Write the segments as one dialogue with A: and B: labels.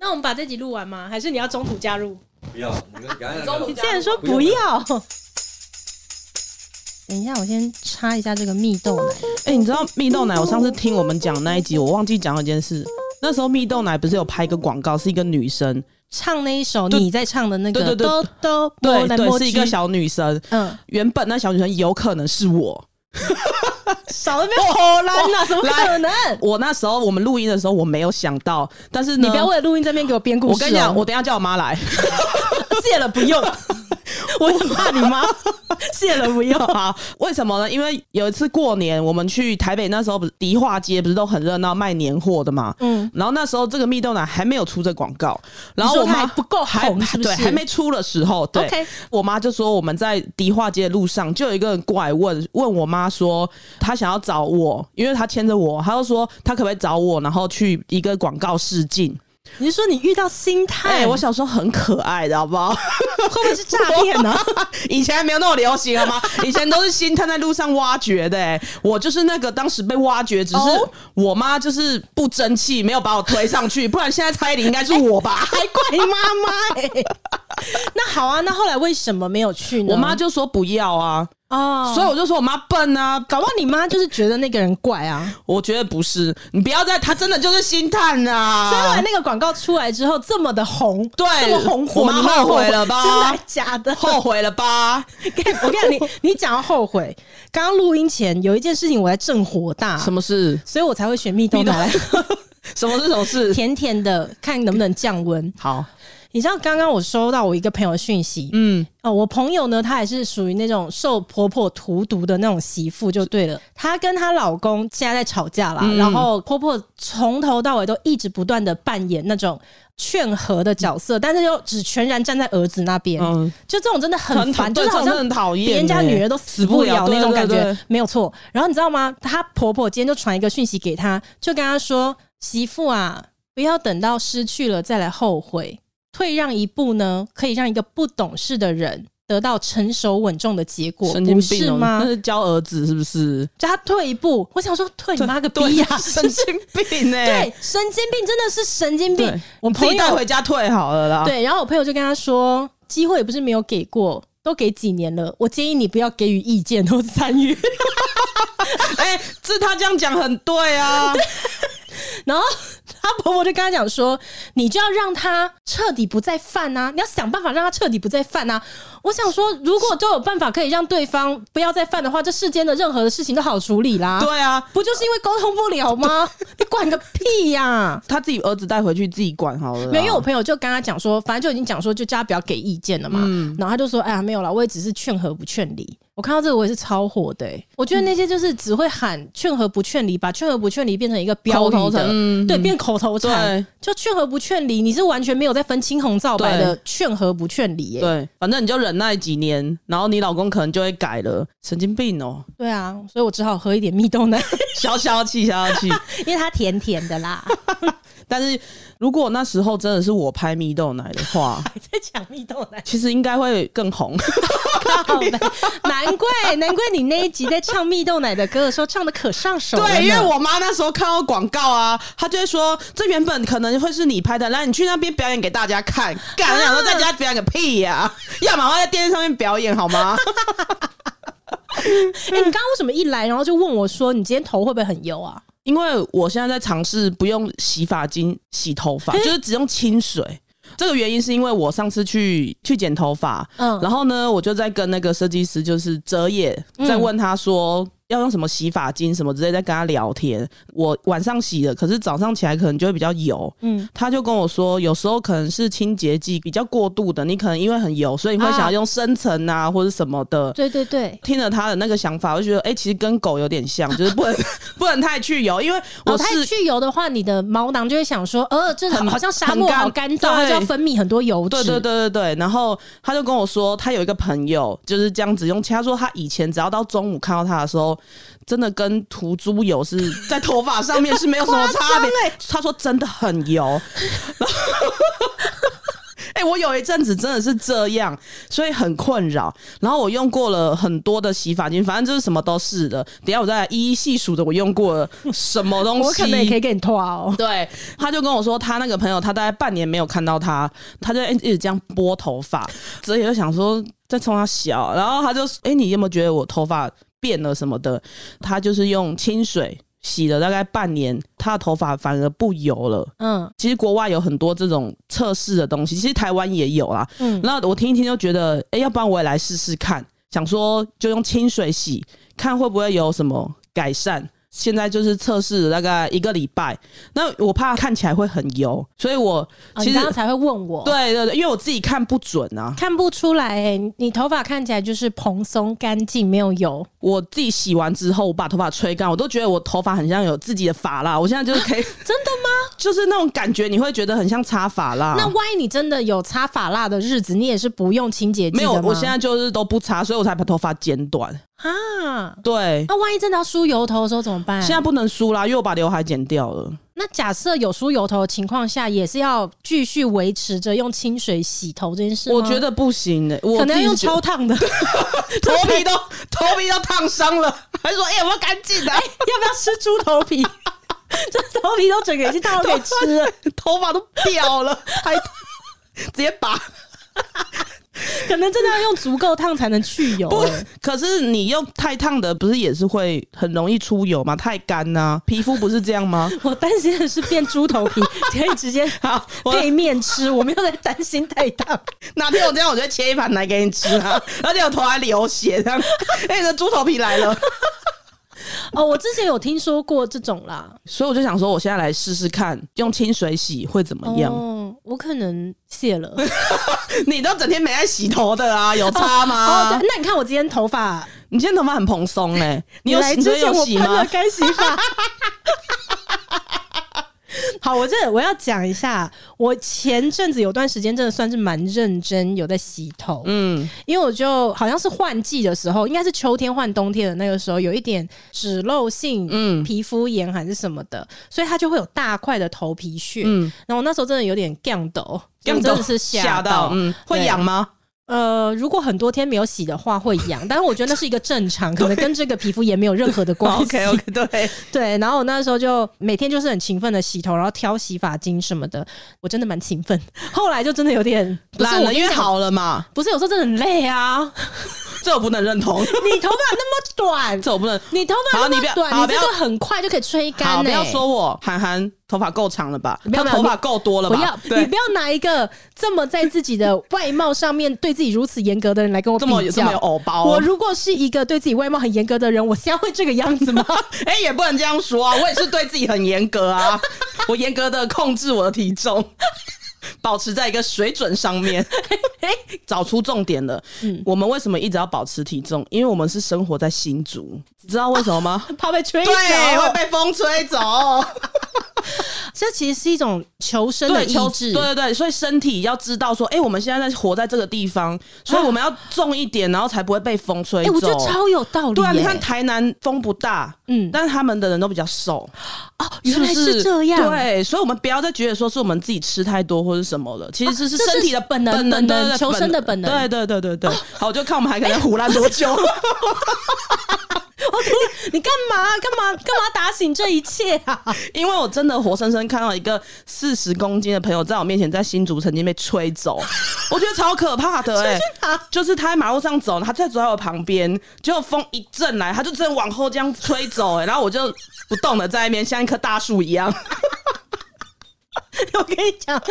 A: 那我们把这集录完吗？还是你要中途加入？
B: 不要，你跟刚才
C: 中
A: 你
C: 午
A: 竟然说不要？
D: 等一下，我先插一下这个蜜豆奶。
E: 哎、你知道蜜豆奶？我上次听我们讲那一集，我忘记讲了一件事。那时候蜜豆奶不是有拍一个广告，是一个女生，
D: 唱那一首
E: 对
D: 你在唱的那个，
E: 对对对
D: 都都
E: 对
D: 摸来
E: 对，
D: 摸
E: 是
D: 去
E: 一个小女生。
D: 嗯，
E: 原本那小女生有可能是我，
D: 少了没有好难呐，怎么
E: 来
D: 可能？
E: 我那时候我们录音的时候我没有想到，但是呢
D: 你不要为了录音这边给我编故事、哦。
E: 我跟你讲，我等一下叫我妈 来。
D: 谢了，不用。
E: 我很怕你妈，谢了不用啊。为什么呢？因为有一次过年，我们去台北那时候不是迪化街，不是都很热闹卖年货的嘛。
D: 嗯，
E: 然后那时候这个蜜豆奶还没有出这广告，然后
D: 你
E: 我
D: 说它
E: 妈
D: 还不够
E: 还
D: 红是不是
E: 对，还没出的时候，对
D: OK
E: 我妈就说我们在迪化街的路上，就有一个人过来问问我妈说，她想要找我，因为她牵着我，她就说她可不可以找我，然后去一个广告试镜。
D: 你是说你遇到心态？
E: 哎、我小时候很可爱的，好不好？
D: 会不会是诈骗啊 呢？
E: 以前还没有那么流行 好吗？以前都是星探在路上挖掘的、欸，我就是那个当时被挖掘，只是
D: 哦
E: 我妈就是不争气，没有把我推上去，不然现在猜疑应该是我吧。
D: 还怪妈妈哎？那好啊，那后来为什么没有去呢？
E: 我妈就说不要啊，
D: 哦，
E: 所以我就说我妈笨啊。
D: 搞不好你妈就是觉得那个人怪啊。
E: 我觉得不是，你不要再，她真的就是星探啊。
D: 所以后来那个广告出来之后这么的红，
E: 对
D: 这么红火，
E: 我妈
D: 你没有
E: 后悔了吧
D: 真的还假的？
E: 后悔了吧？
D: 我跟你讲，你你讲到后悔，刚刚录音前有一件事情我在正火大，
E: 什么事？
D: 所以我才会选蜜豆奶来
E: 什么是什么 事？
D: 甜甜的，看能不能降温。
E: 好，
D: 你知道刚刚我收到我一个朋友的讯息，
E: 嗯，
D: 哦，我朋友呢，她也是属于那种受婆婆荼毒的那种媳妇，就对了。她跟她老公现在在吵架啦，
E: 嗯
D: 然后婆婆从头到尾都一直不断的扮演那种劝和的角色，但是又只全然站在儿子那边，
E: 嗯
D: 就这种真的很烦，就
E: 对
D: 是好
E: 这种真
D: 像
E: 的很讨厌欸，
D: 别人家女儿都死不了那种感
E: 对
D: 觉，
E: 对对
D: 没有错。然后你知道吗？她婆婆今天就传一个讯息给她，就跟她说：“媳妇啊，不要等到失去了再来后悔，退让一步呢，可以让一个不懂事的人得到成熟稳重的结果，
E: 神经
D: 不
E: 病
D: 是
E: 哦
D: 吗
E: 那？ 是教儿子是不是？
D: 叫她退一步。”我想说，退你妈个
E: 对
D: 逼呀、
E: 神经病哎、
D: 对，神经病真的是神经病
E: 对。
D: 我
E: 自
D: 朋
E: 己带
D: 友
E: 回家退好了啦。，
D: 对，然后我朋友就跟他说，机会也不是没有给过，都给几年了，我建议你不要给予意见或参与。
E: 哎、这他这样讲很 对啊。
D: 然后她婆婆就跟她讲说，你就要让她彻底不再犯啊，你要想办法让她彻底不再犯啊。我想说，如果都有办法可以让对方不要再犯的话，这世间的任何的事情都好处理啦。，
E: 对啊，
D: 不就是因为沟通不了吗？你管个屁呀、
E: 他自己儿子带回去自己管好了啦。
D: 没有，因为我朋友就跟他讲说，反正就已经讲说，就叫他不要给意见了嘛。
E: 嗯
D: 然后他就说：“哎呀，没有啦，我也只是劝和不劝离。”我看到这个，我也是超火的、欸。我觉得那些就是只会喊劝和不劝离，把劝和不劝离变成一个标
E: 口头
D: 语的
E: 禅，嗯
D: 对，变口头禅
E: 对。
D: 就劝和不劝离，你是完全没有在分青红皂白的劝和不劝离、欸。
E: 对，反正你就忍耐几年，然后你老公可能就会改了。神经病哦、
D: 对啊，所以我只好喝一点蜜豆 奶，
E: 消消气，消 消气。
D: 因为它甜甜的 啦。
E: 但是如果那时候真的是我拍蜜豆奶的 话，
D: 还在讲蜜豆奶，
E: 其实应该会更红。
D: 靠北难怪难怪你那一集在唱蜜豆奶的歌的时候唱的可上 手了呢。
E: 对，因为我妈那时候看到广告啊，她就会说：“这原本可能会是你拍的，然后你去那边表演给大家看。”干，我想说在家表演个屁呀、要么我在电视上面表演好吗？
D: 哎、你刚刚为什么一来，然后就问我说，你今天头会不会很油啊？
E: 因为我现在在尝试不用洗发精洗头发，就是只用清水。这个原因是因为我上次去去剪头发，
D: 嗯
E: 然后呢，我就在跟那个设计师就是哲野，
D: 嗯
E: 在问他说要用什么洗发精什么之类，在跟他聊天。我晚上洗的，可是早上起来可能就会比较油。
D: 嗯，
E: 他就跟我说，有时候可能是清洁剂比较过度的，你可能因为很油，所以你会想要用深层啊或者什么的。
D: 对对对，
E: 听了他的那个想法，我就觉得，哎、其实跟狗有点像，就是不能 不能太去油，因为我
D: 我
E: 是、
D: 哦太去油的话，你的毛囊就会想说，呃，这好
E: 很
D: 好像沙漠
E: 很干
D: 好干燥，它
E: 对
D: 就要分泌很多油
E: 对
D: 脂。
E: 对对对对，然后他就跟我说，他有一个朋友就是这样子用清，他说他以前只要到中午看到他的时候，真的跟涂猪油是在头发上面是
D: 欸
E: 没有什么差别。他说真的很油，然后哎、我有一阵子真的是这样，所以很困扰。然后我用过了很多的洗发精，反正就是什么都是的。等一下我再来一一细数着我用过了什么东西。
D: 我可能也可以给你拖哦。
E: 对，他就跟我说，他那个朋友他大概半年没有看到他，他就一直这样拨头发，所以就想说在冲他笑，然后他就哎、诶你有没有觉得我头发变了什么的？他就是用清水洗了大概半年，他的头发反而不油了。
D: 嗯
E: 其实国外有很多这种测试的东西，其实台湾也有啦。
D: 嗯，
E: 那我听一听就觉得，哎、要不然我也来试试看，想说就用清水洗，看会不会有什么改善。现在就是测试了大概一个礼拜，那我怕看起来会很油，所以我
D: 啊
E: 其
D: 你
E: 实、
D: 刚刚才会问我，，
E: 对对对，因为我自己看不准啊，
D: 看不出来哎、你头发看起来就是蓬松、干净，没有油。
E: 我自己洗完之后，我把头发吹干，我都觉得我头发很像有自己的发蜡，我现在就是可以，
D: 真的吗？
E: 就是那种感觉，你会觉得很像擦发蜡。
D: 那万一你真的有擦发蜡的日子，你也是不用清洁剂
E: 没有，
D: 的吗
E: 我现在就是都不擦，所以我才把头发剪短。
D: 啊，
E: 对，
D: 那万一真的要梳油头的时候怎么办？
E: 现在不能梳啦，因为我把刘海剪掉了。
D: 那假设有梳油头的情况下，也是要继续维持着用清水洗头这件事吗
E: 我觉得不行的、我
D: 可能要用
E: 自己觉
D: 超
E: 得
D: 烫 的，要不
E: 头皮都头皮都烫伤了，还说哎、有没有赶紧的？
D: 要吃猪头皮？ 这头皮都整个已经烫到可以吃了，
E: 头发都掉了，还直接拔。
D: 可能真的要用足够烫才能去油、
E: 不
D: 欸。，
E: 可是你用太烫的，不是也是会很容易出油吗？太干呐、皮肤不是这 样吗？
D: 我担心的是变猪头皮， 可以直接
E: 好，我
D: 配面吃，我没有在担心太 烫。
E: 哪天我这样，我就会切一盘来给你吃啊！ 而且我头还流 血，这样，哎、你的猪头皮来了。
D: 哦，我之前有听说过这种啦，
E: 所以我就想说，我现在来试试看，用清水洗会怎么样？
D: 哦，我可能谢 了。
E: 你都整天没在洗头的啊，有差吗？
D: 哦，对，那你看我今天头发，
E: 你今天头发很蓬松哎、 你有
D: 来
E: 你
D: 之
E: 觉得
D: 前
E: 有
D: 我
E: 洗
D: 喷了
E: 吗？
D: 干洗发。 好，我这我要讲一下，我前阵子有段时间真的算是蛮认真有在洗头，
E: 嗯，
D: 因为我就好像是换季的时候，应该是秋天换冬天的那个时候，有一点脂漏性，
E: 嗯
D: 皮肤炎还是什么的，所以它就会有大块的头皮屑。
E: 嗯
D: 然后我那时候真的有点降抖，
E: 样
D: 我真的是
E: 吓
D: 到，
E: 嗯，会
D: 对
E: 痒 吗？
D: 呃，如果很多天没有洗的话会痒， 但是我觉得那是一个正常，可能跟这个皮肤也没有任何的关 系。
E: 哦 OK OK，对，
D: 对，然后我那时候就每天就是很勤奋的洗头，然后挑洗发精什么的，我真的蛮勤奋。 后来就真的有点不是
E: 懒
D: 我
E: 了，因为好了嘛，
D: 不是有时候真的很累啊，
E: 这我不能认 同，
D: 你头发那么 短，
E: 这我不能。
D: 你头发
E: 好
D: 那
E: 你不
D: 么
E: 要
D: 短，
E: 好
D: 你
E: 不
D: 这
E: 要
D: 个很快就可以吹干、
E: 好，
D: 欸。
E: 不要说我韩寒头发够长了吧？
D: 没有没
E: 他
D: 有
E: 头发够多了
D: 不
E: 吧？
D: 要，
E: 对
D: 你不要拿一个这么在自己的外貌上面对自己如此严格的人来跟我比
E: 这么有这么有
D: 较。
E: 偶包、
D: 我
E: 哦，
D: 如果是一个对自己外貌很严格的人，我现在会这个样 子吗？
E: 哎、也不能这样说啊，我也是对自己很严格啊， 我严格的控制我的体重，保持在一个水准 上面。找出重点了，
D: 嗯
E: 我们为什么一直要保持体重？因为我们是生活在新竹，你知道为什么吗？
D: 怕被吹走。
E: 对，会被风吹走。
D: 这其实是一种求生的
E: 对，
D: 意
E: 求
D: 志。
E: 对对对，所以身体要知道说，哎、我们现在在活在这个地方，所以我们要重一点，然后才不会被风吹
D: 啊哎、
E: 走。
D: 我觉得超有道理、
E: 对啊，你看
D: 哎
E: 台南风不大，
D: 嗯
E: 但是他们的人都比较瘦，
D: 哦，
E: 是
D: 原
E: 不
D: 来是这样。
E: 对，所以我们不要再觉得说是我们自己吃太多或是什么了，其实是
D: 啊这是
E: 身体的
D: 本能
E: 本能
D: 本能
E: 对对对
D: 求生的本能哦
E: 对对对对对。好，我就看我们还可以再胡乱多 久。
D: 你干嘛干嘛干嘛打醒这一切啊？
E: 因为我真的活生生看到一个四十公斤的朋友在我面前在新竹曾经被吹走，我觉得超可怕 的哎、就是他在马路上走，他在走在我旁边，结果风一阵来，他就真的往后这样吹走、哎，然后我就不动了，在那边像一棵大树一样。
D: 我跟你讲，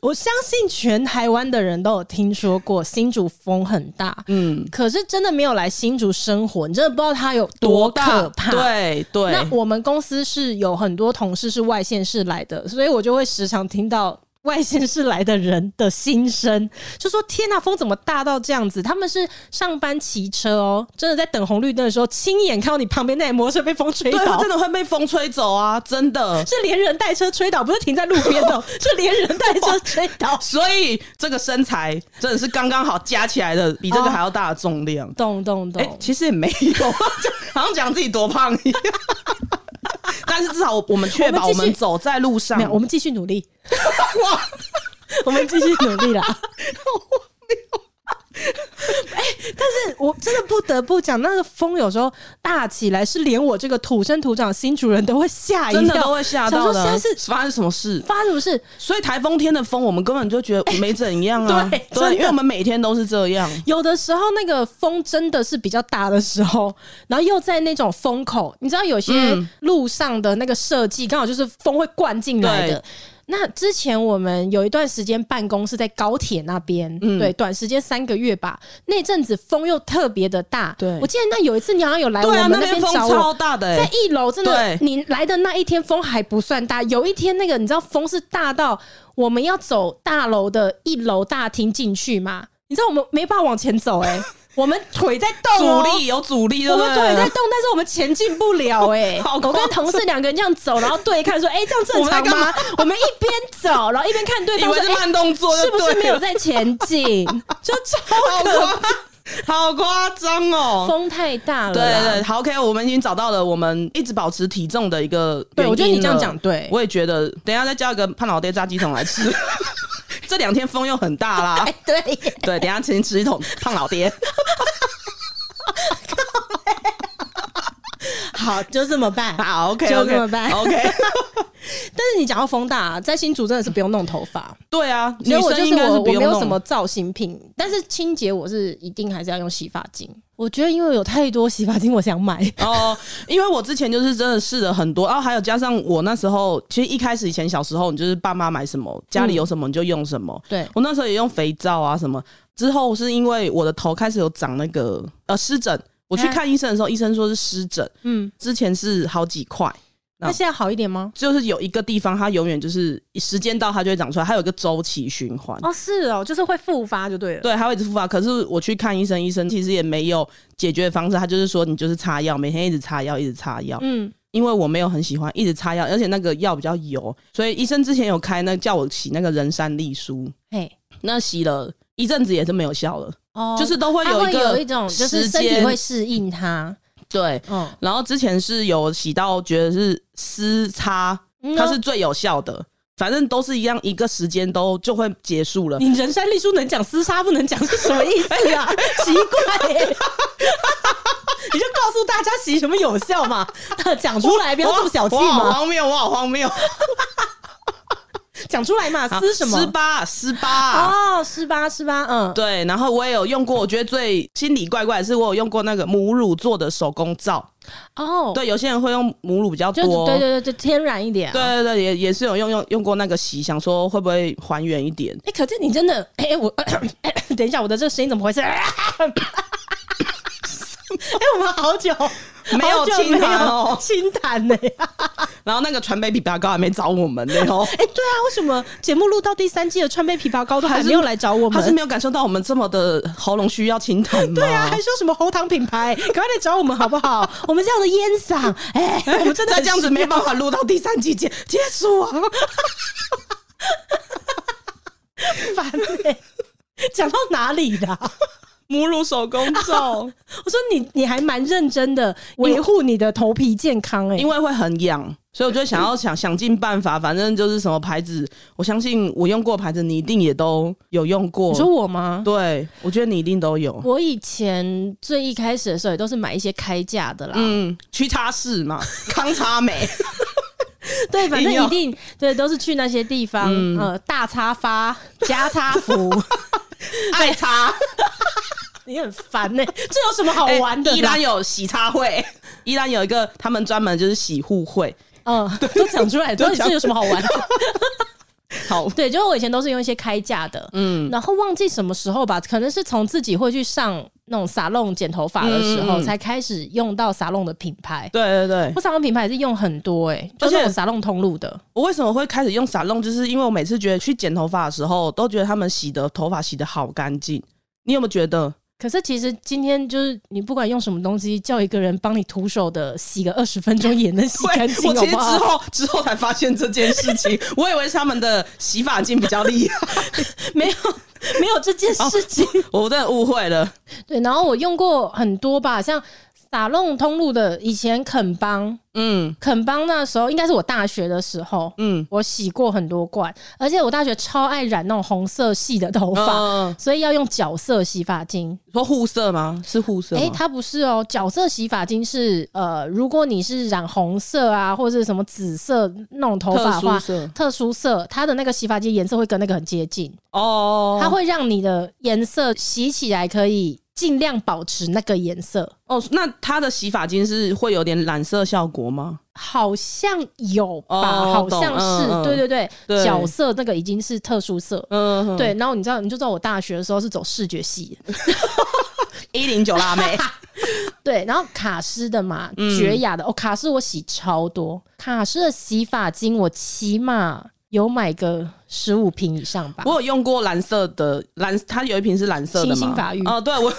D: 我相信全台湾的人都有听说过新竹风很大，嗯，可是真的没有来新竹生活，你真的不知道它有可怕。。
E: 对对，
D: 那我们公司是有很多同事是外县市来的，所以我就会时常听到外县市来的人的心声，就说：“天呐、风怎么大到这样子？”他们是上班骑车哦，真的在等红绿灯的时候，亲眼看到你旁边那台摩托车被风吹
E: 对他
D: 倒
E: 真。的会被风吹走啊，真 的。
D: 是连人带车吹倒，不是停在路边 的哦，是连人带车吹倒。
E: 所以这个身材真的是刚刚好加起来的，比这个还要大的重量。
D: 懂懂懂。
E: 哎、其实也没有，啊 好像讲自己多胖一样。 但是至少我我们确保
D: 我们
E: 我
D: 继续
E: 们走在路 上
D: 没，有，我们继续努力，
E: 哇，
D: 我们继续努力啦。哎但是我真的不得不讲，那个风有时候大起来，是连我这个土生土长新主人都会吓一
E: 真的都
D: 跳。
E: 会吓到的。
D: 想说现在
E: 发生什么事？
D: 发生什么事？
E: 所以台风天的风，我们根本就觉得没怎样啊。
D: 对真
E: 对，
D: 的
E: 因为我们每天都是这样。
D: 有的时候那个风真的是比较大的时候，然后又在那种风口，你知道有些
E: 嗯
D: 路上的那个设计刚好就是风会灌进来的
E: 对。
D: 那之前我们有一段时间办公是在高铁那边，
E: 嗯
D: 对，短时间三个月吧。那阵子风又特别的大，
E: 对
D: 我记得那有一次你好像有来哎我
E: 对啊，
D: 们
E: 边
D: 边
E: 风
D: 找
E: 超
D: 我，
E: 大的、
D: 在
E: 欸，
D: 一楼真的
E: 对，
D: 你来的那一天风还不算大，有一天那个你知道风是大到我们要走大楼的一楼大厅进去嘛？你知道我们没办法往前走哎、 我们腿在动、
E: 阻
D: 哦，
E: 力有阻力，
D: 我
E: 对不
D: 们
E: 对
D: 腿在动，但是我们前进不了哎、
E: 好
D: 我
E: 夸张
D: 跟同事两个人这样走，然后对看说，哎、这样正
E: 我们在
D: 常
E: 干
D: 吗？我们一边走，然后一边看对
E: 以
D: 方
E: 为
D: 说，
E: 是
D: 哎、
E: 慢动作，
D: 是不是没有
E: 对了？
D: 在前 进？就超可
E: 好夸张，好夸张哦！
D: 风太大了
E: 对
D: 啦，
E: 对，好，OK，我们已经找到了我们一直保持体重的一个
D: 对，我觉得你
E: 原因
D: 这样
E: 了
D: 讲对。
E: 我也觉得，等一下再叫一个胖老爹炸鸡桶 来吃。这两天风又很大啦，
D: 哎对耶
E: 对，等一下请你吃一桶胖老爹。
D: 好，就这么办。
E: 好，OK，
D: 就这么办
E: OK，
D: 但是你讲到风大、啊在新竹真的是不用弄头发，
E: 对 啊，
D: 所以
E: 女
D: 我就
E: 生
D: 是
E: 应该
D: 我
E: 是
D: 我
E: 不用
D: 没有
E: 弄
D: 什么造型品，但是清洁我是一定还是要用洗发精。我觉得因为有太多洗发精，我想买。
E: 哦，因为我之前就是真的试了很多，然后还有加上我那时候，其实一开始以前小时候，你就是爸妈买什么，家里有什么你就用什么。
D: 对，
E: 我那时候也用肥皂啊什么。之后是因为我的头开始有长那个呃湿疹，我去
D: 啊
E: 看医生的时候，医生说是湿疹，
D: 嗯，
E: 之前是好几块，
D: 那现在好一点吗？
E: 就是有一个地方它永远就是时间到它就会长出来，它有一个周期循环。
D: 哦，是哦，就是会复发就对了。
E: 对，它会一直复发。可是我去看医生，医生其实也没有解决的方式，他就是说你就是擦药，每天一直擦药，一直擦药。
D: 嗯，
E: 因为我没有很喜欢一直擦药，而且那个药比较油，所以医生之前有开那叫我洗那个人参利舒，
D: 嘿，
E: 那洗了一阵子也是没有效了，
D: 哦，
E: 就是都会
D: 它
E: 有
D: 会
E: 一个
D: 有一种就是
E: 时
D: 身体
E: 间
D: 会适应它。
E: 对。
D: 嗯，
E: 然后之前是有洗到觉得是湿擦，
D: 嗯
E: 它
D: 哦
E: 是最有效的，反正都是一样，一个时间都就会结束 了。
D: 你人山丽书能讲厮杀不能讲是什么意思 啊？奇怪、耶！你就告诉大家洗什么有效嘛， 讲出来不要这么小气
E: 我好
D: 嘛，
E: 荒谬，我好荒谬！
D: 讲出来
E: 啊
D: 嘛， 撕什么？
E: 十八，十八。
D: 哦，十八十八，嗯，
E: 对，然后我也有用过，我觉得最心里怪怪的是，我有用过那个母乳做的手工皂。
D: 哦，，
E: 对，有些人会用母乳比较
D: 就
E: 多，
D: 对对对，就天然一点、啊。，
E: 对对对，也也是有用用用过那个洗，想说会不会还原一点？
D: 哎、可见你真的，哎、我 等一下，我的这个声音怎么回 事？哎、我们好久
E: 没有
D: 好久
E: 清谈哦
D: 没有清谈呢、
E: 然后那个传媒比拔膏还没找我们呢哦，
D: 哎、对啊，为什么节目录到第三季的川贝枇杷膏都还没有来找我
E: 他
D: 们？
E: 是没有感受到我们这么的喉咙需要清痰吗？
D: 对啊，还说什么喉糖品 牌？赶快来找我们好不好？我们这样的烟嗓，哎、我们真的
E: 再
D: 很
E: 这样子没办法录到第三季结结束啊！
D: 烦哎、讲到哪里啦？
E: 母乳手 工皂，
D: 我说你你还蛮认真的维护你的头皮健康哎、
E: 因为会很痒，所以我就想要想想尽办法，反正就是什么牌子，我相信我用过的牌子，你一定也都有用过
D: 你。说我吗？
E: 对，我觉得你一定都有。
D: 我以前最一开始的时候也都是买一些开价的啦，
E: 嗯，屈叉式嘛，康叉美。
D: 对，反正
E: 硬要
D: 一定对都是去那些地方，呃，大插发、加插服，
E: 爱擦，
D: 你很烦呢、这有什么好
E: 好
D: 玩
E: 玩
D: 的
E: 的、
D: 啦？
E: 哎依然有洗擦会，依然有一个他们专门就是洗护会，
D: 嗯， 都讲出来，到底
E: 都讲
D: 这有什么好玩的？
E: 好
D: 对，就是我以前都是用一些开价的，嗯，然后忘记什么时候吧，可能是从自己会去上那种沙龙剪头发的时候，
E: 嗯嗯嗯
D: 才开始用到沙龙的品牌。
E: 对对对，
D: 我沙龙品牌也是用很多哎、欸，就
E: 而且
D: 是我沙龙通路的，
E: 我为什么会开始用散弄，就是因为我每次觉得去剪头发的时候，都觉得他们洗的头发洗的好干净。你有没有觉得？
D: 可是其实今天就是你不管用什么东西，叫一个人帮你徒手的洗个二十分钟也能 洗 干净，
E: 我
D: 好
E: 其实
D: 不
E: 之
D: 好？
E: 后之后才发现这件事情，我以为是他们的洗发精比较厉害，
D: 没有没有这件事情。
E: 我真的误会了。
D: 对，然后我用过很多吧，像。打弄通路的以前肯邦，
E: 嗯
D: 肯邦那时候应该是我大学的时候，
E: 嗯，
D: 我洗过很多罐，而且我大学超爱染那种红色系的头发，
E: 嗯
D: 所以要用角色洗发精。
E: 说护色吗？是护色吗？
D: 诶，它不是哦，角色洗发精是呃，如果你是染红色啊，或者是什么紫色那种头发的
E: 特殊
D: 话，
E: 色
D: 特殊色，它的那个洗发精颜色会跟那个很接近，
E: 哦，
D: 它会让你的颜色洗起来可以尽量保持那个颜色。
E: 哦，那它的洗发精是会有点染色效果吗？
D: 好像有吧，
E: 哦
D: 好像
E: 懂
D: 是，
E: 嗯嗯
D: 对对对，
E: 对
D: 角色那个已经是特殊色，
E: 嗯，
D: 对。然后你知道，你就知道我大学的时候是走视觉系，
E: 一零九 辣妹，
D: 对，然后卡诗的嘛，
E: 嗯
D: 绝雅的哦，卡诗我洗超多，卡诗的洗发精我起码有买个十五瓶以上吧。
E: 我有用过蓝色的蓝，它有一瓶是蓝色的嘛？
D: 清心寡欲
E: 哦，对 我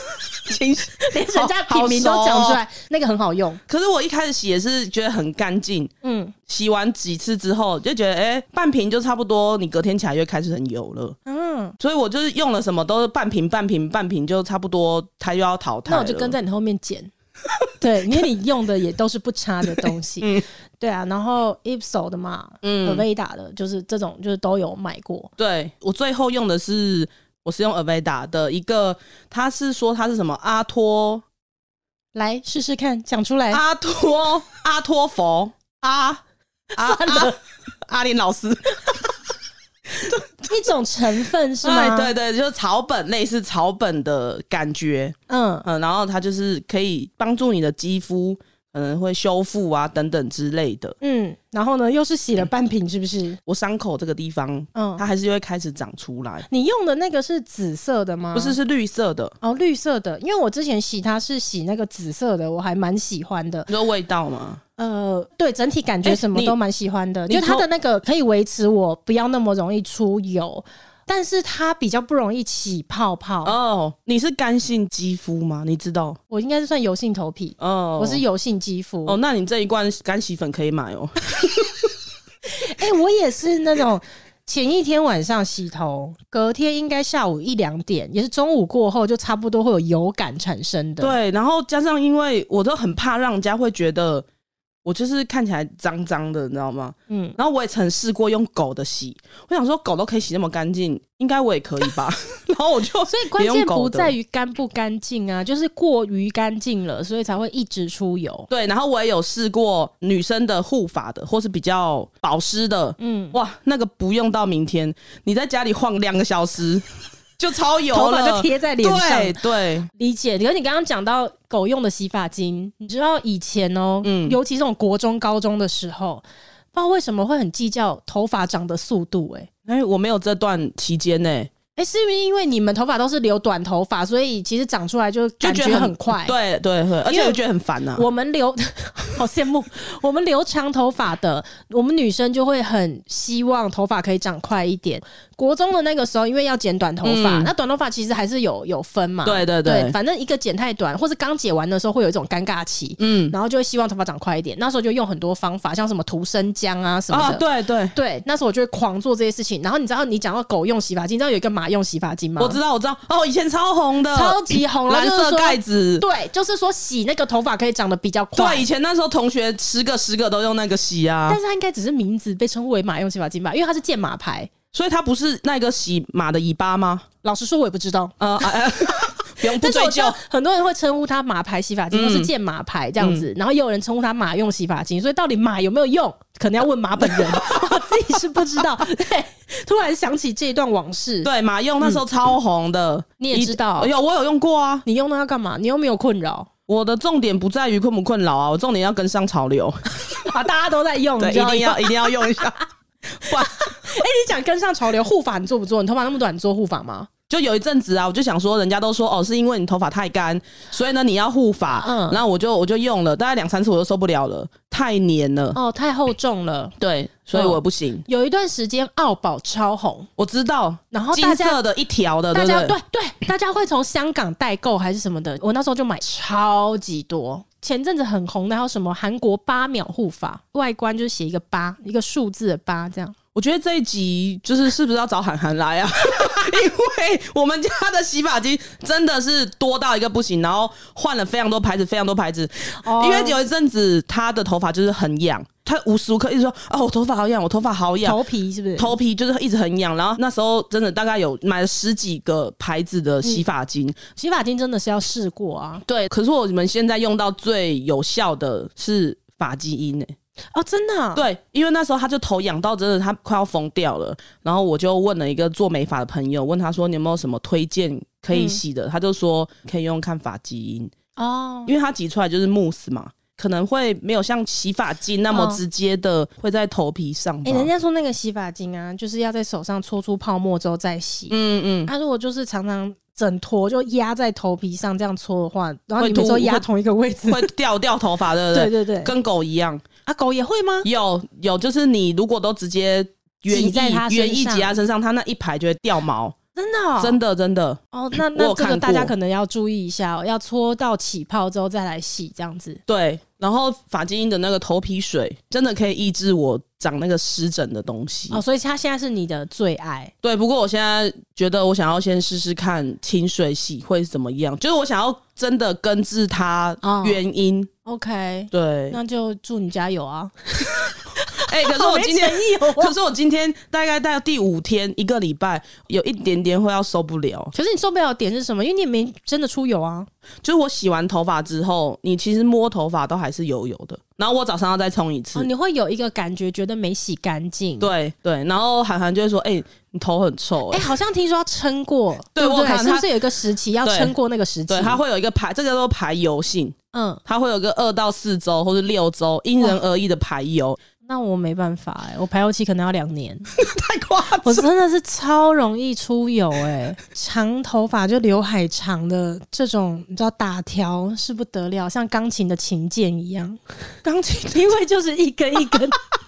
E: 清新，
D: 连人家品名都
E: 好熟哦
D: 讲出来，那个很好用。
E: 可是我一开始洗也是觉得很干净，
D: 嗯，
E: 洗完几次之后就觉得，哎、半瓶就差不多，你隔天起来就开始很油了。
D: 嗯，
E: 所以我就是用了什么都是半瓶、半瓶、半瓶，就差不多它就要淘汰
D: 那
E: 了。
D: 我就跟在你后面捡。对，因为你用的也都是不差的东西。
E: 嗯
D: 对啊，然后 Ipso 的嘛，
E: 嗯
D: a v e d a 的，就是这种，就是都有买过。
E: 对我最后用的是我是用 Aveda 的一个，它是说它是什么阿托
D: 来试试看，讲出来。
E: 阿 托阿托佛阿阿阿阿林老师，
D: 一种成分是
E: 哎
D: 吗？
E: 对，对，就是草本类似草本的感觉，
D: 嗯，
E: 嗯，然后它就是可以帮助你的肌肤可能会修复啊等等之类的。
D: 嗯，然后呢，又是洗了半瓶，是不是？
E: 我伤口这个地方，
D: 嗯
E: 它，还是会开始长出来，
D: 你用的那个是紫色的吗？
E: 不是，是绿色的，
D: 哦，绿色的，因为我之前洗它是洗那个紫色的，我还蛮喜欢的。
E: 你说味道吗？
D: 呃，对，整体感觉
E: 哎
D: 什么
E: 你
D: 都蛮喜欢的，
E: 你
D: 就它
E: 说
D: 的那个可以维持我不要那么容易出油，但是它比较不容易起泡泡。
E: 哦，你是干性肌肤吗？你知道？
D: 我应该是算油性头皮，
E: 哦，
D: 我是油性肌肤。
E: 哦，那你这一罐干洗粉可以买哦。
D: 哎、我也是那种前一天晚上洗头，隔天应该下午一两点，也是中午过后就差不多会有油感产生的。，
E: 对，然后加上因为我都很怕让人家会觉得我就是看起来脏脏的，你知道吗？
D: 嗯，
E: 然后我也曾试过用狗的洗，我想说狗都可以洗那么干净，应该我也可以吧？ 然后我就
D: 所以关
E: 也
D: 键
E: 哦用狗
D: 不
E: 的
D: 在于干不干净啊，就是过于干净了，所以才会一直出油。
E: 对，然后我也有试过女生的护发的，或是比较保湿的，
D: 嗯，
E: 哇，那个不用到明天，你在家里晃两个小时就超油
D: 头
E: 了，
D: 发就贴在脸
E: 对
D: 上，
E: 对，
D: 理解。可是你刚刚讲到狗用的洗发精，你知道以前哦、
E: 嗯
D: 尤其这种国中、高中的时候，不知道为什么会很计较头发长的速度、欸，
E: 哎、我没有这段期间呢、
D: 哎、是不是因为你们头发都是留短头发，所以其实长出来就
E: 就
D: 感
E: 觉得
D: 很快？，
E: 对啊对对，而且我觉得很烦啊呐、
D: 我们留 好羡慕，我们留长头发的，我们女生就会很希望头发可以长快一点。国中的那个时候，因为要剪短头发，
E: 嗯
D: 那短头发其实还是有有分嘛。
E: 对对对
D: 反正一个剪太短，或是刚剪完的时候会有一种尴尬期，
E: 嗯，
D: 然后就会希望头发长快一点。那时候就用很多方法，像什么涂生姜啊什么
E: 啊，
D: 的。
E: 对对，
D: 对，那时候我就会狂做这些事情。然后你知道，你讲到狗用洗发精，你知道有一个马用洗发精吗？
E: 我知道我知道，哦，以前超红的，
D: 超级红，然后
E: 蓝
D: 就是
E: 色
D: 说
E: 盖子，
D: 对，就是说洗那个头发可以长得比较快。
E: 对，以前那时候同学十个十个都用那个洗啊
D: 但，是它应该只是名字被称为马用洗发精吧，因为它是健马牌。
E: 所以它不是那个洗马的尾巴吗？
D: 老实说，我也不知道。
E: 呃， 啊啊不用不
D: 但是
E: 追
D: 我知
E: 究
D: 道，很多人会称呼它马牌洗发精，或是
E: 嗯
D: 健马牌这样子，然后也有人称呼它马用洗发精，所以到底马有没有用，可能要问马本 人，我自己是不知道。对，突然想起这一段往事，
E: 对，马用那时候超红的，
D: 嗯你也
E: 一
D: 知道
E: 有我有用过啊。
D: 你用它要干嘛？你又没有困扰
E: 我的重点不在于困不困扰啊，我重点要跟上潮 流，
D: 啊，大家都在用，
E: 对，
D: 你知
E: 一
D: 道
E: 定
D: 吗
E: 要一定要用 一下。哇，
D: 哎、你讲跟上潮流护发，你做不做？你头发那么短，你做护发吗？
E: 就有一阵子啊，我就想说，人家都说哦，是因为你头发太干，所以呢你要护发，
D: 嗯
E: 嗯，然后我就我就用了，大概两三次我就受不了了，太黏了，
D: 哦，太厚重了。
E: 对，所以
D: 嗯
E: 我不行。
D: 有一段时间，澳宝超红，
E: 我知道，
D: 然后大
E: 金
D: 家
E: 色的一条的，
D: 大
E: 对不
D: 家
E: 对？
D: 对对，大家会从香港代购还是什么的，我那时候就买超级多。前阵子很红的还有什么韩国八秒护法，外观就是写一个八，一个数字的八这样。
E: 我觉得这一集就是是不是要找韩寒来啊？ 因为我们家的洗发精真的是多到一个不行，然后换了非常多牌子，非常多牌子。
D: 哦
E: 因为有一阵子他的头发就是很痒，他无时无刻一直说：“哦，我头发好痒，我头发好痒。”
D: 头皮是不是？
E: 头皮就是一直很痒，然后那时候真的大概有买了十几个牌子的洗发精，
D: 洗发精真的是要试过啊！
E: 对。可是我们现在用到最有效的是发基因欸诶、
D: 哦，真的、啊，
E: 对，因为那时候他就头痒到真的他快要疯掉了，然后我就问了一个做美发的朋友，问他说你有没有什么推荐可以
D: 嗯
E: 洗的，他就说可以用看发基因，
D: 哦，
E: 因为它挤出来就是慕斯嘛。可能会没有像洗发精那么
D: 哦
E: 直接的会在头皮上吧，
D: 哎、人家说那个洗发精啊，就是要在手上搓出泡沫之后再洗。
E: 嗯嗯，
D: 它、如果就是常常整坨就压在头皮上这样搓的话，然后
E: 会
D: 你每
E: 秃
D: 次都压
E: 会
D: 同一个位置，
E: 嗯会掉掉头发，对 不
D: 对
E: 对？
D: 对对。
E: 跟狗一样。
D: 啊，狗也会吗？
E: 有有，就是你如果都直接原
D: 挤
E: 意
D: 在它身
E: 原意
D: 上
E: 挤在身上，它那一排就会掉毛，
D: 真的、哦，
E: 真的真的。
D: 哦，那
E: 我有
D: 那这
E: 看
D: 个大家
E: 过
D: 可能要注意一下、哦，要搓到起泡之后再来洗，这样子。
E: 对，然后法基因的那个头皮水真的可以抑制我长那个湿疹的东西。
D: 哦，所以它现在是你的最爱。
E: 对，不过我现在觉得我想要先试试看清水洗会怎么样，就是我想要真的根治它
D: 哦
E: 原因。
D: OK，
E: 对，
D: 那就祝你加油 啊！
E: 哎、可是我 今天
D: 好没诚意哦
E: 可是我今天大概到第五天一个礼拜，有一点点会要受不了。
D: 可是你受不了的点是什么？因为你也没真的出油啊。
E: 就是我洗完头发之后，你其实摸头发都还是油油的，然后我早上要再冲一次。
D: 哦，你会有一个感觉，觉得没洗干净。，
E: 对对，然后韩寒就会说：“哎、你头很臭、
D: 哎、
E: 哎、
D: 好像听说要撑过，
E: 对
D: 不
E: 我有
D: 对？
E: 看
D: 是不
E: 他
D: 是有一个时期要
E: 对
D: 撑过那个时期？
E: 对，它会有一个排，这个都排油性，
D: 嗯，
E: 它会有个二到四周或者六周，因人而异的排油，
D: 那我没办法哎、我排油期可能要两年，
E: 太夸
D: 我
E: 张。
D: 真的是超容易出油哎、长头发就刘海长的这种，你知道打条是不得了，像钢琴的琴键一样，
E: 钢琴
D: 因为就是一根一根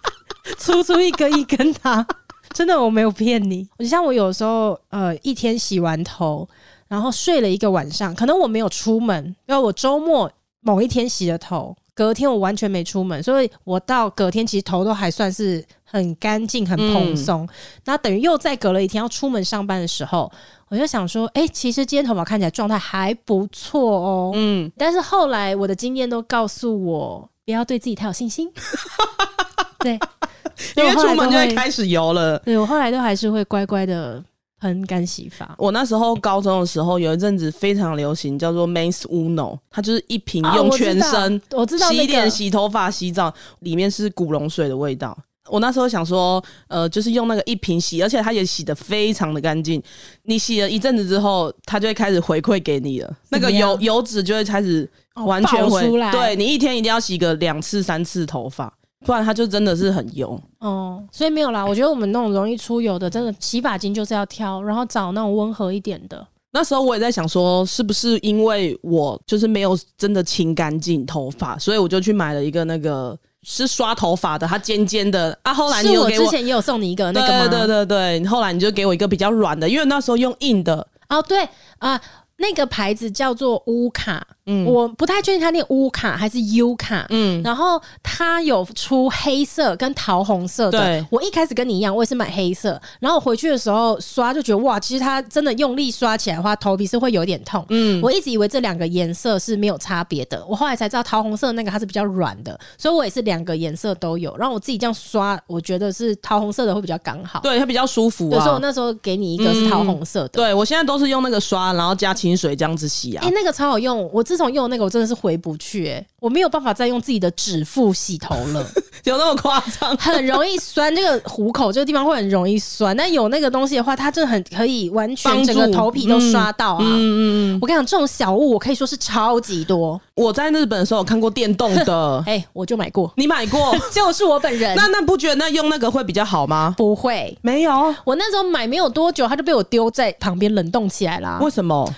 D: 粗粗一根一根它，真的我没有骗你。你像我有时候呃一天洗完头，然后睡了一个晚上，可能我没有出门，因为我周末某一天洗的头，隔天我完全没出门，所以我到隔天其实头都还算是很干净、很蓬松。那、等于又再隔了一天要出门上班的时候，我就想说，哎、其实今天头发看起来状态还不错哦。
E: 嗯，
D: 但是后来我的经验都告诉我，不要对自己太有信 心。对，
E: 因
D: 所以
E: 为
D: 我后来
E: 出门
D: 都
E: 就会
D: 会
E: 开始油了。
D: 对我后来都还是会乖乖的喷干洗发。
E: 我那时候高中的时候，有一阵子非常流行叫做 Mens Uno，它就是一瓶用全身，
D: 啊啊我知道我知道那个
E: 洗脸、洗头发、洗澡，里面是古龙水的味道。我那时候想说，呃，就是用那个一瓶洗，而且它也洗得非常的干净。你洗了一阵子之后，它就会开始回馈给你了，那个
D: 怎么样
E: 油油脂就会开始
D: 哦
E: 完全
D: 爆
E: 回。
D: 出来
E: 对你一天一定要洗个两次、三次头发，不然它就真的是很油。
D: 哦，所以没有啦。我觉得我们那种容易出油的，真的洗发精就是要挑，然后找那种温和一点的。
E: 那时候我也在想说，是不是因为我就是没有真的清干净头发，所以我就去买了一个那个是刷头发的，它尖尖的啊。后来你
D: 是
E: 有
D: 我
E: 给
D: 之
E: 我，
D: 前也有送你一个那个吗？
E: 对对对对，后来你就给我一个比较软的，因为那时候用硬的，
D: 哦，对啊、那个牌子叫做乌卡，
E: 嗯
D: 我不太确定它念乌卡还是 U 卡，
E: 嗯，
D: 然后它有出黑色跟桃红色的
E: 对。
D: 我一开始跟你一样，我也是买黑色。然后我回去的时候刷，就觉得哇，其实它真的用力刷起来的话，头皮是会有点痛。嗯，我一直以为这两个颜色是没有差别的，我后来才知道桃红色那个它是比较软的，所以我也是两个颜色都有。然后我自己这样刷，我觉得是桃红色的会比较刚好。
E: 对它比较舒服
D: 对，所以我
E: 啊。
D: 那时候给你一个是桃红色的。
E: 对我现在都是用那个刷，然后加清水这样子洗啊
D: 哎、。那个超好用！我自从用了那个，我真的是回不去、哎，我没有办法再用自己的指腹洗头了。
E: 有那么夸张？
D: 很容易酸，这个虎口这个地方会很容易酸。但有那个东西的话，它真的很可以完全
E: 帮助
D: 整个头皮都刷到啊！
E: 嗯嗯嗯，
D: 我跟你讲，这种小物我可以说是超级多。
E: 我在日本的时候有看过电动 的，
D: 哎、我就买过，
E: 你买过？
D: 就是我本人。
E: 嗯那那不觉得那用那个会比较好吗？
D: 不会，
E: 没有，
D: 啊我那时候买没有多久，它就被我丢在旁边冷冻起来啦。
E: 为什么？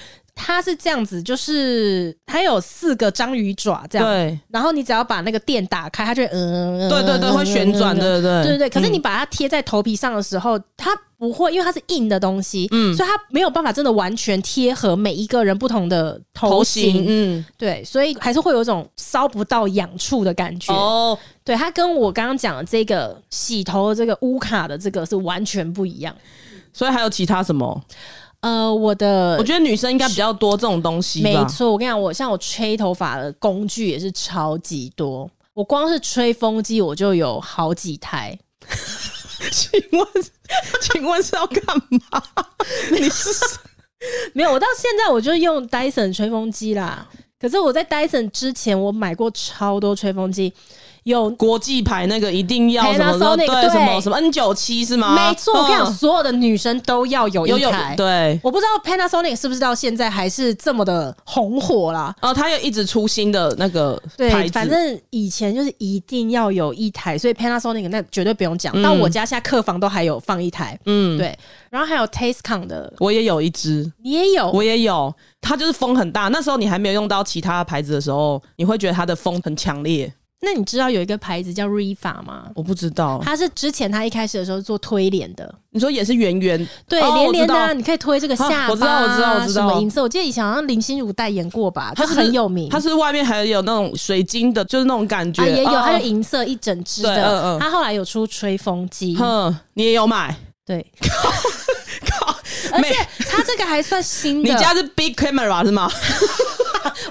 D: 它是这样子，就是它有四个章鱼爪这样，
E: 对
D: 然后你只要把那个电打开，它就会嗯，嗯
E: 对对对，会旋转，。
D: 嗯嗯嗯嗯
E: 对对
D: 对对对，可是
E: 嗯
D: 你把它贴在头皮上的时候，它不会，因为它是硬的东西，
E: 嗯
D: 所以它没有办法真的完全贴合每一个人不同的头型，
E: 嗯，
D: 对，所以还是会有一种搔不到痒处的感觉。
E: 哦，
D: 对，它跟我刚刚讲的这个洗头的这个乌卡的这个是完全不一样。
E: 所以还有其他什么？
D: 呃，我的
E: 我觉得女生应该比较多这种东西吧。
D: 没错，我跟你讲，我像我吹头发的工具也是超级多，我光是吹风机我就有好几台。
E: 请问，请问是要干嘛？你是
D: 没有，我到现在我就用 Dyson 吹风机啦。可是我在 Dyson 之前，我买过超多吹风机，有、
E: 国际牌那个一定要什么时候
D: Panasonic，
E: 对
D: 对
E: 什么什么 N 九七是吗？
D: 没错，我跟你讲，
E: 嗯
D: 所有的女生都要有
E: 有
D: 一
E: 有
D: 台。
E: 对。
D: 我不知道 Panasonic 是不是到现在还是这么的红火啦。
E: 哦，他也一直出新的那个牌
D: 对，
E: 子，
D: 反正以前就是一定要有一台，所以 Panasonic 那绝对不用讲。
E: 嗯
D: 到我家现在客房都还有放一台，
E: 嗯，
D: 对。然后还有 Tastecon 的，
E: 我也有一只，
D: 你也有，
E: 我也有，它就是风很大。那时候你还没有用到其他牌子的时候，你会觉得它的风很强烈。
D: 那你知道有一个牌子叫 Riva 吗？
E: 我不知道，
D: 它是之前它一开始的时候做推脸的，
E: 你说也是圆圆，
D: 对，
E: 哦
D: 连连的、
E: 我
D: 啊，
E: 知道
D: 你可以推这个下巴、
E: 啊我知道我知道我知
D: 什
E: 道
D: 么银色？我记得以前好像林心如代言过吧，
E: 它
D: 就是很有名。
E: 它
D: 啊
E: 是外面还有那种水晶的，就是那种感觉。
D: 也有，
E: 哦
D: 它就银色一整只
E: 对嗯
D: 的
E: 嗯。
D: 它后来有出吹风机，
E: 哼，你也有买？
D: 对，
E: 靠，
D: 而
E: 没
D: 且它这个还算新
E: 你
D: 的。
E: 家是 big camera 是吗？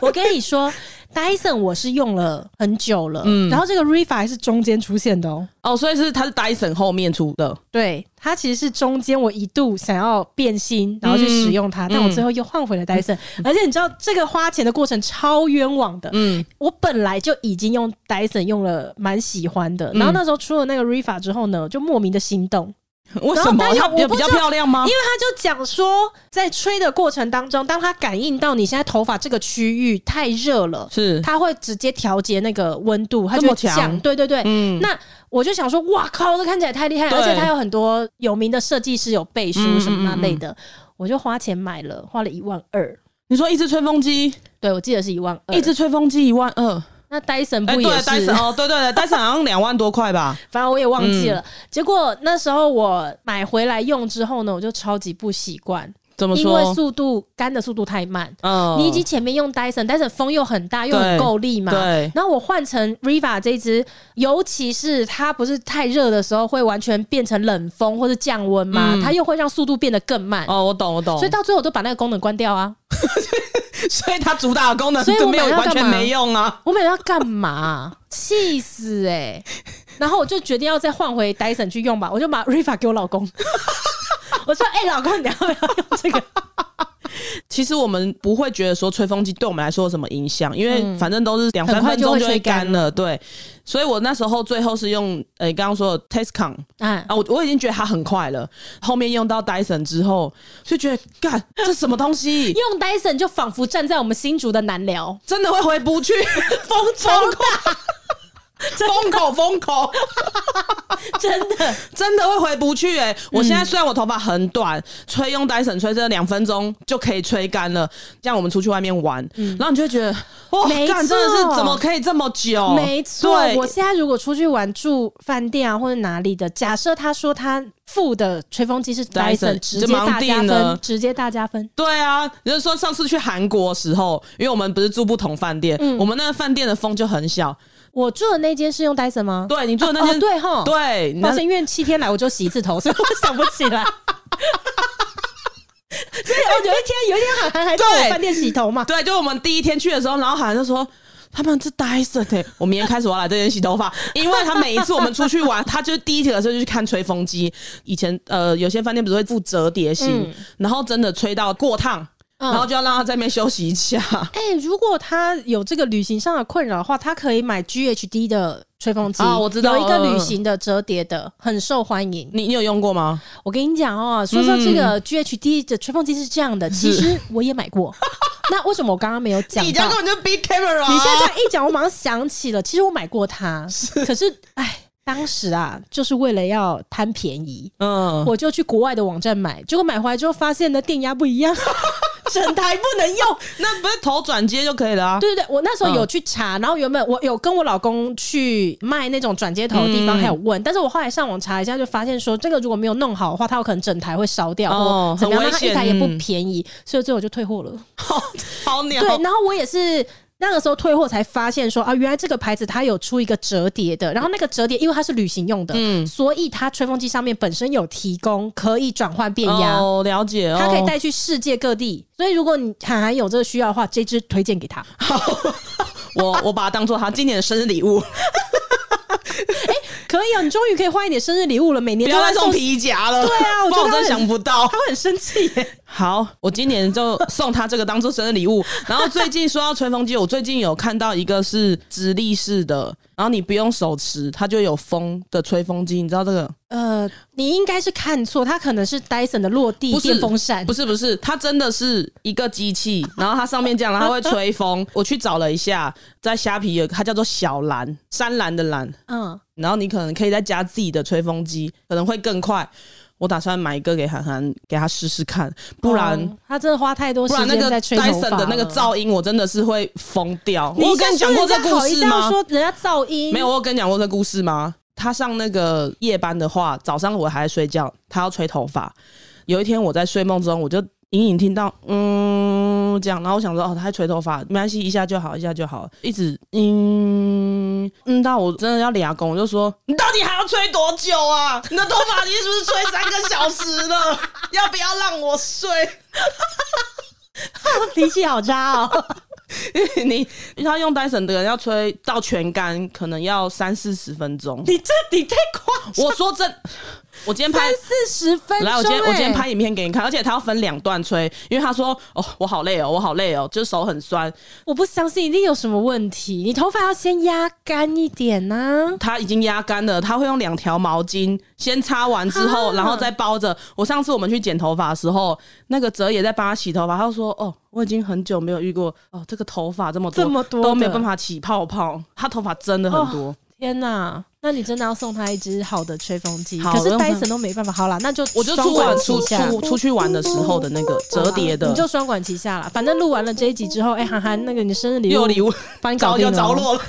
D: 我跟你说，Dyson 我是用了很久了，
E: 嗯
D: 然后这个 Riva 还是中间出现的哦。
E: 哦，所以是它是 Dyson 后面出的。
D: 对，它其实是中间我一度想要变心，然后去使用
E: 嗯
D: 它，但我最后又换回了 Dyson、而且你知道这个花钱的过程超冤枉的。
E: 嗯，
D: 我本来就已经用 Dyson 用了蛮喜欢的，
E: 嗯
D: 然后那时候出了那个 Riva 之后呢，就莫名的心动，
E: 为
D: 然
E: 什
D: 后
E: 么
D: 但是
E: 它比较
D: 我不
E: 比
D: 知
E: 较
D: 道
E: 漂亮吗
D: 因为？他就讲说，在吹的过程当中，当它感应到你现在头发这个区域太热了，
E: 是，
D: 它会直接调节那个温度，它
E: 这
D: 就
E: 么
D: 会
E: 强
D: 降。对对对，
E: 嗯，
D: 那我就想说，哇靠，这看起来太厉害了，
E: 对
D: 而且它有很多有名的设计师有背书
E: 嗯
D: 什么那类的，我就花钱买了，花了一万二。
E: 你说一只吹风机，
D: 对，我记得是一万二。
E: 一只吹风机一万二，
D: 那 Dyson
E: 哎，
D: 呃不
E: 对
D: 也是？
E: ，Dyson 哦，对对对，Dyson 好像两万多块 吧？
D: 反正我也忘记
E: 嗯
D: 了。结果那时候我买回来用之后呢，我就超级不习惯，
E: 怎么
D: 因为
E: 说？
D: 速度干的速度太慢。
E: 嗯
D: 你已经前面用 Dyson，Dyson 风又很大，又很
E: 对
D: 够力嘛。
E: 对
D: 然后我换成 Riva 这一支，尤其是它不是太热的时候，会完全变成冷风或是降温嘛，它又会让速度变得更慢。
E: 哦，我懂我懂，
D: 所以到最后我都把那个功能关掉啊！
E: 所以它主打的功能
D: 所以我
E: 就没有
D: 买它
E: 完全
D: 干嘛
E: 没用啊。
D: 我每天要干嘛啊、气死哎、然后我就决定要再换回 Dyson 去用吧，我就把 Riva 给我老公， 我说：“哎、老公，你要不要用这个
E: 其实我们不会觉得说吹风机对我们来说有什么影响，因为反正都是两
D: 嗯
E: 三
D: 很快
E: 分
D: 就
E: 钟
D: 会
E: 就会
D: 吹干
E: 干了。对，所以我那时候最后是用诶刚刚说的 Tascon？”
D: 啊，
E: 啊，我我已经觉得它很快了。后面用到 Dyson 之后，就觉得干这什么东 西，
D: 用 Dyson 就仿佛站在我们新竹的南寮，
E: 真的会回不去，
D: 风
E: 疯狂，风口风口，
D: 真的，
E: 真的会回不去
D: 嗯
E: 哎、我现在虽然我头发很短，吹用 Dyson 吹这两分钟就可以吹干了。这样我们出去外面玩，然后你就会觉得哇，
D: 嗯没
E: 干
D: 错
E: 真的是怎么可以这么久？
D: 没错
E: 哦对。
D: 我现在如果出去玩住饭店啊或者哪里的，假设他说他付的吹风机是
E: Dyson，
D: Dyson，直
E: 就
D: 接
E: 盲
D: 大加
E: 定了
D: 分，直接大加分。
E: 对啊，就是说上次去韩国的时候，因为我们不是住不同饭店，
D: 嗯
E: 我们那个饭店的风就很小。
D: 我住的那间是用 Dyson 吗？
E: 对你住的那间、
D: 哦对吼
E: 对，你那
D: 抱歉，因为七天来我就洗一次头，所以我想不起 来。所以哦我有一天，有一天韩寒还在
E: 对
D: 我饭店洗头嘛，
E: 对，就我们第一天去的时候，然后好像就说。他们是 Dyson 哎、 我明天开始我要来这边洗头发，因为他每一次我们出去玩，他就第一个时候就去看吹风机。以前呃，有些饭店不是会附折叠型，
D: 嗯
E: 然后真的吹到过烫，
D: 嗯
E: 然后就要让他在那边休息一下。
D: 哎、如果他有这个旅行上的困扰的话，他可以买 GHD 的吹风机
E: 啊我知道
D: 有一个
E: 嗯嗯
D: 旅行的折叠的，很受欢迎。
E: 你你有用过吗？
D: 我跟你讲哦，说说这个 GHD 的吹风机是这样的，其实我也买过。 那为什么我刚刚没有讲
E: 你
D: 到
E: 家？根本就 Big Camera，
D: 你现在这样一讲，我马上想起了，其实我买过它，可是哎，当时啊，就是为了要贪便宜，
E: 嗯，
D: 我就去国外的网站买，结果买回来之后发现呢，电压不一样。整台不能用。
E: 那不是头转接就可以了啊？
D: 对对对，我那时候有去查，然后原本我有跟我老公去卖那种转接头的地方，
E: 嗯
D: 还有问，但是我后来上网查一下，就发现说这个如果没有弄好的话，它有可能整台会烧掉，
E: 哦
D: 或怎么样，
E: 很
D: 那它
E: 危险
D: 一台也不
E: 嗯
D: 便宜，所以最后我就退货了。
E: 好好鸟
D: 对，然后我也是。那个时候退货才发现说啊，原来这个牌子它有出一个折叠的，然后那个折叠因为它是旅行用的，
E: 嗯
D: 所以它吹风机上面本身有提供可以转换变压，
E: 哦，了解哦，
D: 它可以带去世界各地。所以如果你涵涵有这个需要的话，这支推荐给他。
E: 我，我把它当做他今年的生日礼 物，
D: 可以啊，你终于可以换一点生日礼物了，每年
E: 不
D: 都
E: 要
D: 在
E: 再送
D: 送。
E: 皮夹了。
D: 对啊我
E: 不
D: 觉得
E: 然我真的
D: 他很
E: 想不到
D: 他。会很生气耶，
E: 好，我今年就送他这个当做生日礼物。 然后最近说到吹风机，我最近有看到一个是直立式的，然后你不用手持，它就有风的吹风机。你知道这个？
D: 呃，你应该是看错，它可能是 Dyson 的落地
E: 不是
D: 电风扇
E: 不。是不是，它真的是一个机器，然后它上面这样，然后它会吹风。我去找了一下，在虾皮有它叫做小蓝，山蓝的蓝。
D: 嗯，
E: 然后你可能可以再加自己的吹风机，可能会更快。我打算买一个给涵涵，给他试试看，不然、
D: 哦他真的花太多
E: 不
D: 时
E: 然那
D: 间
E: 个
D: 在吹头发
E: Dyson 的那个
D: 了
E: 噪音，我真的是会疯掉。
D: 你
E: 我有跟你讲过这故事吗？
D: 说人家噪音
E: 没有，，我有跟你讲过这故事吗？他上那个夜班的话，早上我还在睡觉，他要吹头发。有一天我在睡梦中，我就隐隐听到嗯这样，然后我想说哦，他在吹头发，没关系，一下就好，一下就好，一直嗯嗯到我真的要俩工，我就说你到底还要吹多久啊？你的头发你是不是吹三个小时了？ 要不要让我睡？
D: 脾气好差 哦。
E: 你他用 Dyson 的人要吹到全干，可能要三四十分钟。
D: 你这你太夸张，
E: 我说真，我今天拍
D: 三四十分钟、
E: 来，我今天
D: 欸
E: 我今天拍影片给你看，而且他要分两段吹，因为他说哦，我好累哦，我好累哦，就是手很酸。
D: 我不相信一定有什么问题。你头发要先压干一点啊呐、
E: 他已经压干了，他会用两条毛巾先擦完之后，
D: 啊
E: 然后再包着。我上次我们去剪头发的时候，那个哲也在帮他洗头发，他就说哦，我已经很久没有遇过哦，这个头发这么多
D: 这么多的
E: 都没有办法起泡泡，他头发真的很多。
D: 天呐，那你真的要送他一只好的吹风机？
E: 好
D: 可是
E: 我用它
D: Dyson 都没办法。好啦，那就
E: 我就
D: 双
E: 出
D: 管
E: 玩
D: 齐
E: 出
D: 下，
E: 出出去玩的时候的那个折叠的，
D: 你就双管齐下啦。反正录完了这一集之后，哎、涵涵，那个你生日礼物
E: 又有礼物
D: 帮你搞
E: 早
D: 定了
E: 就着落了。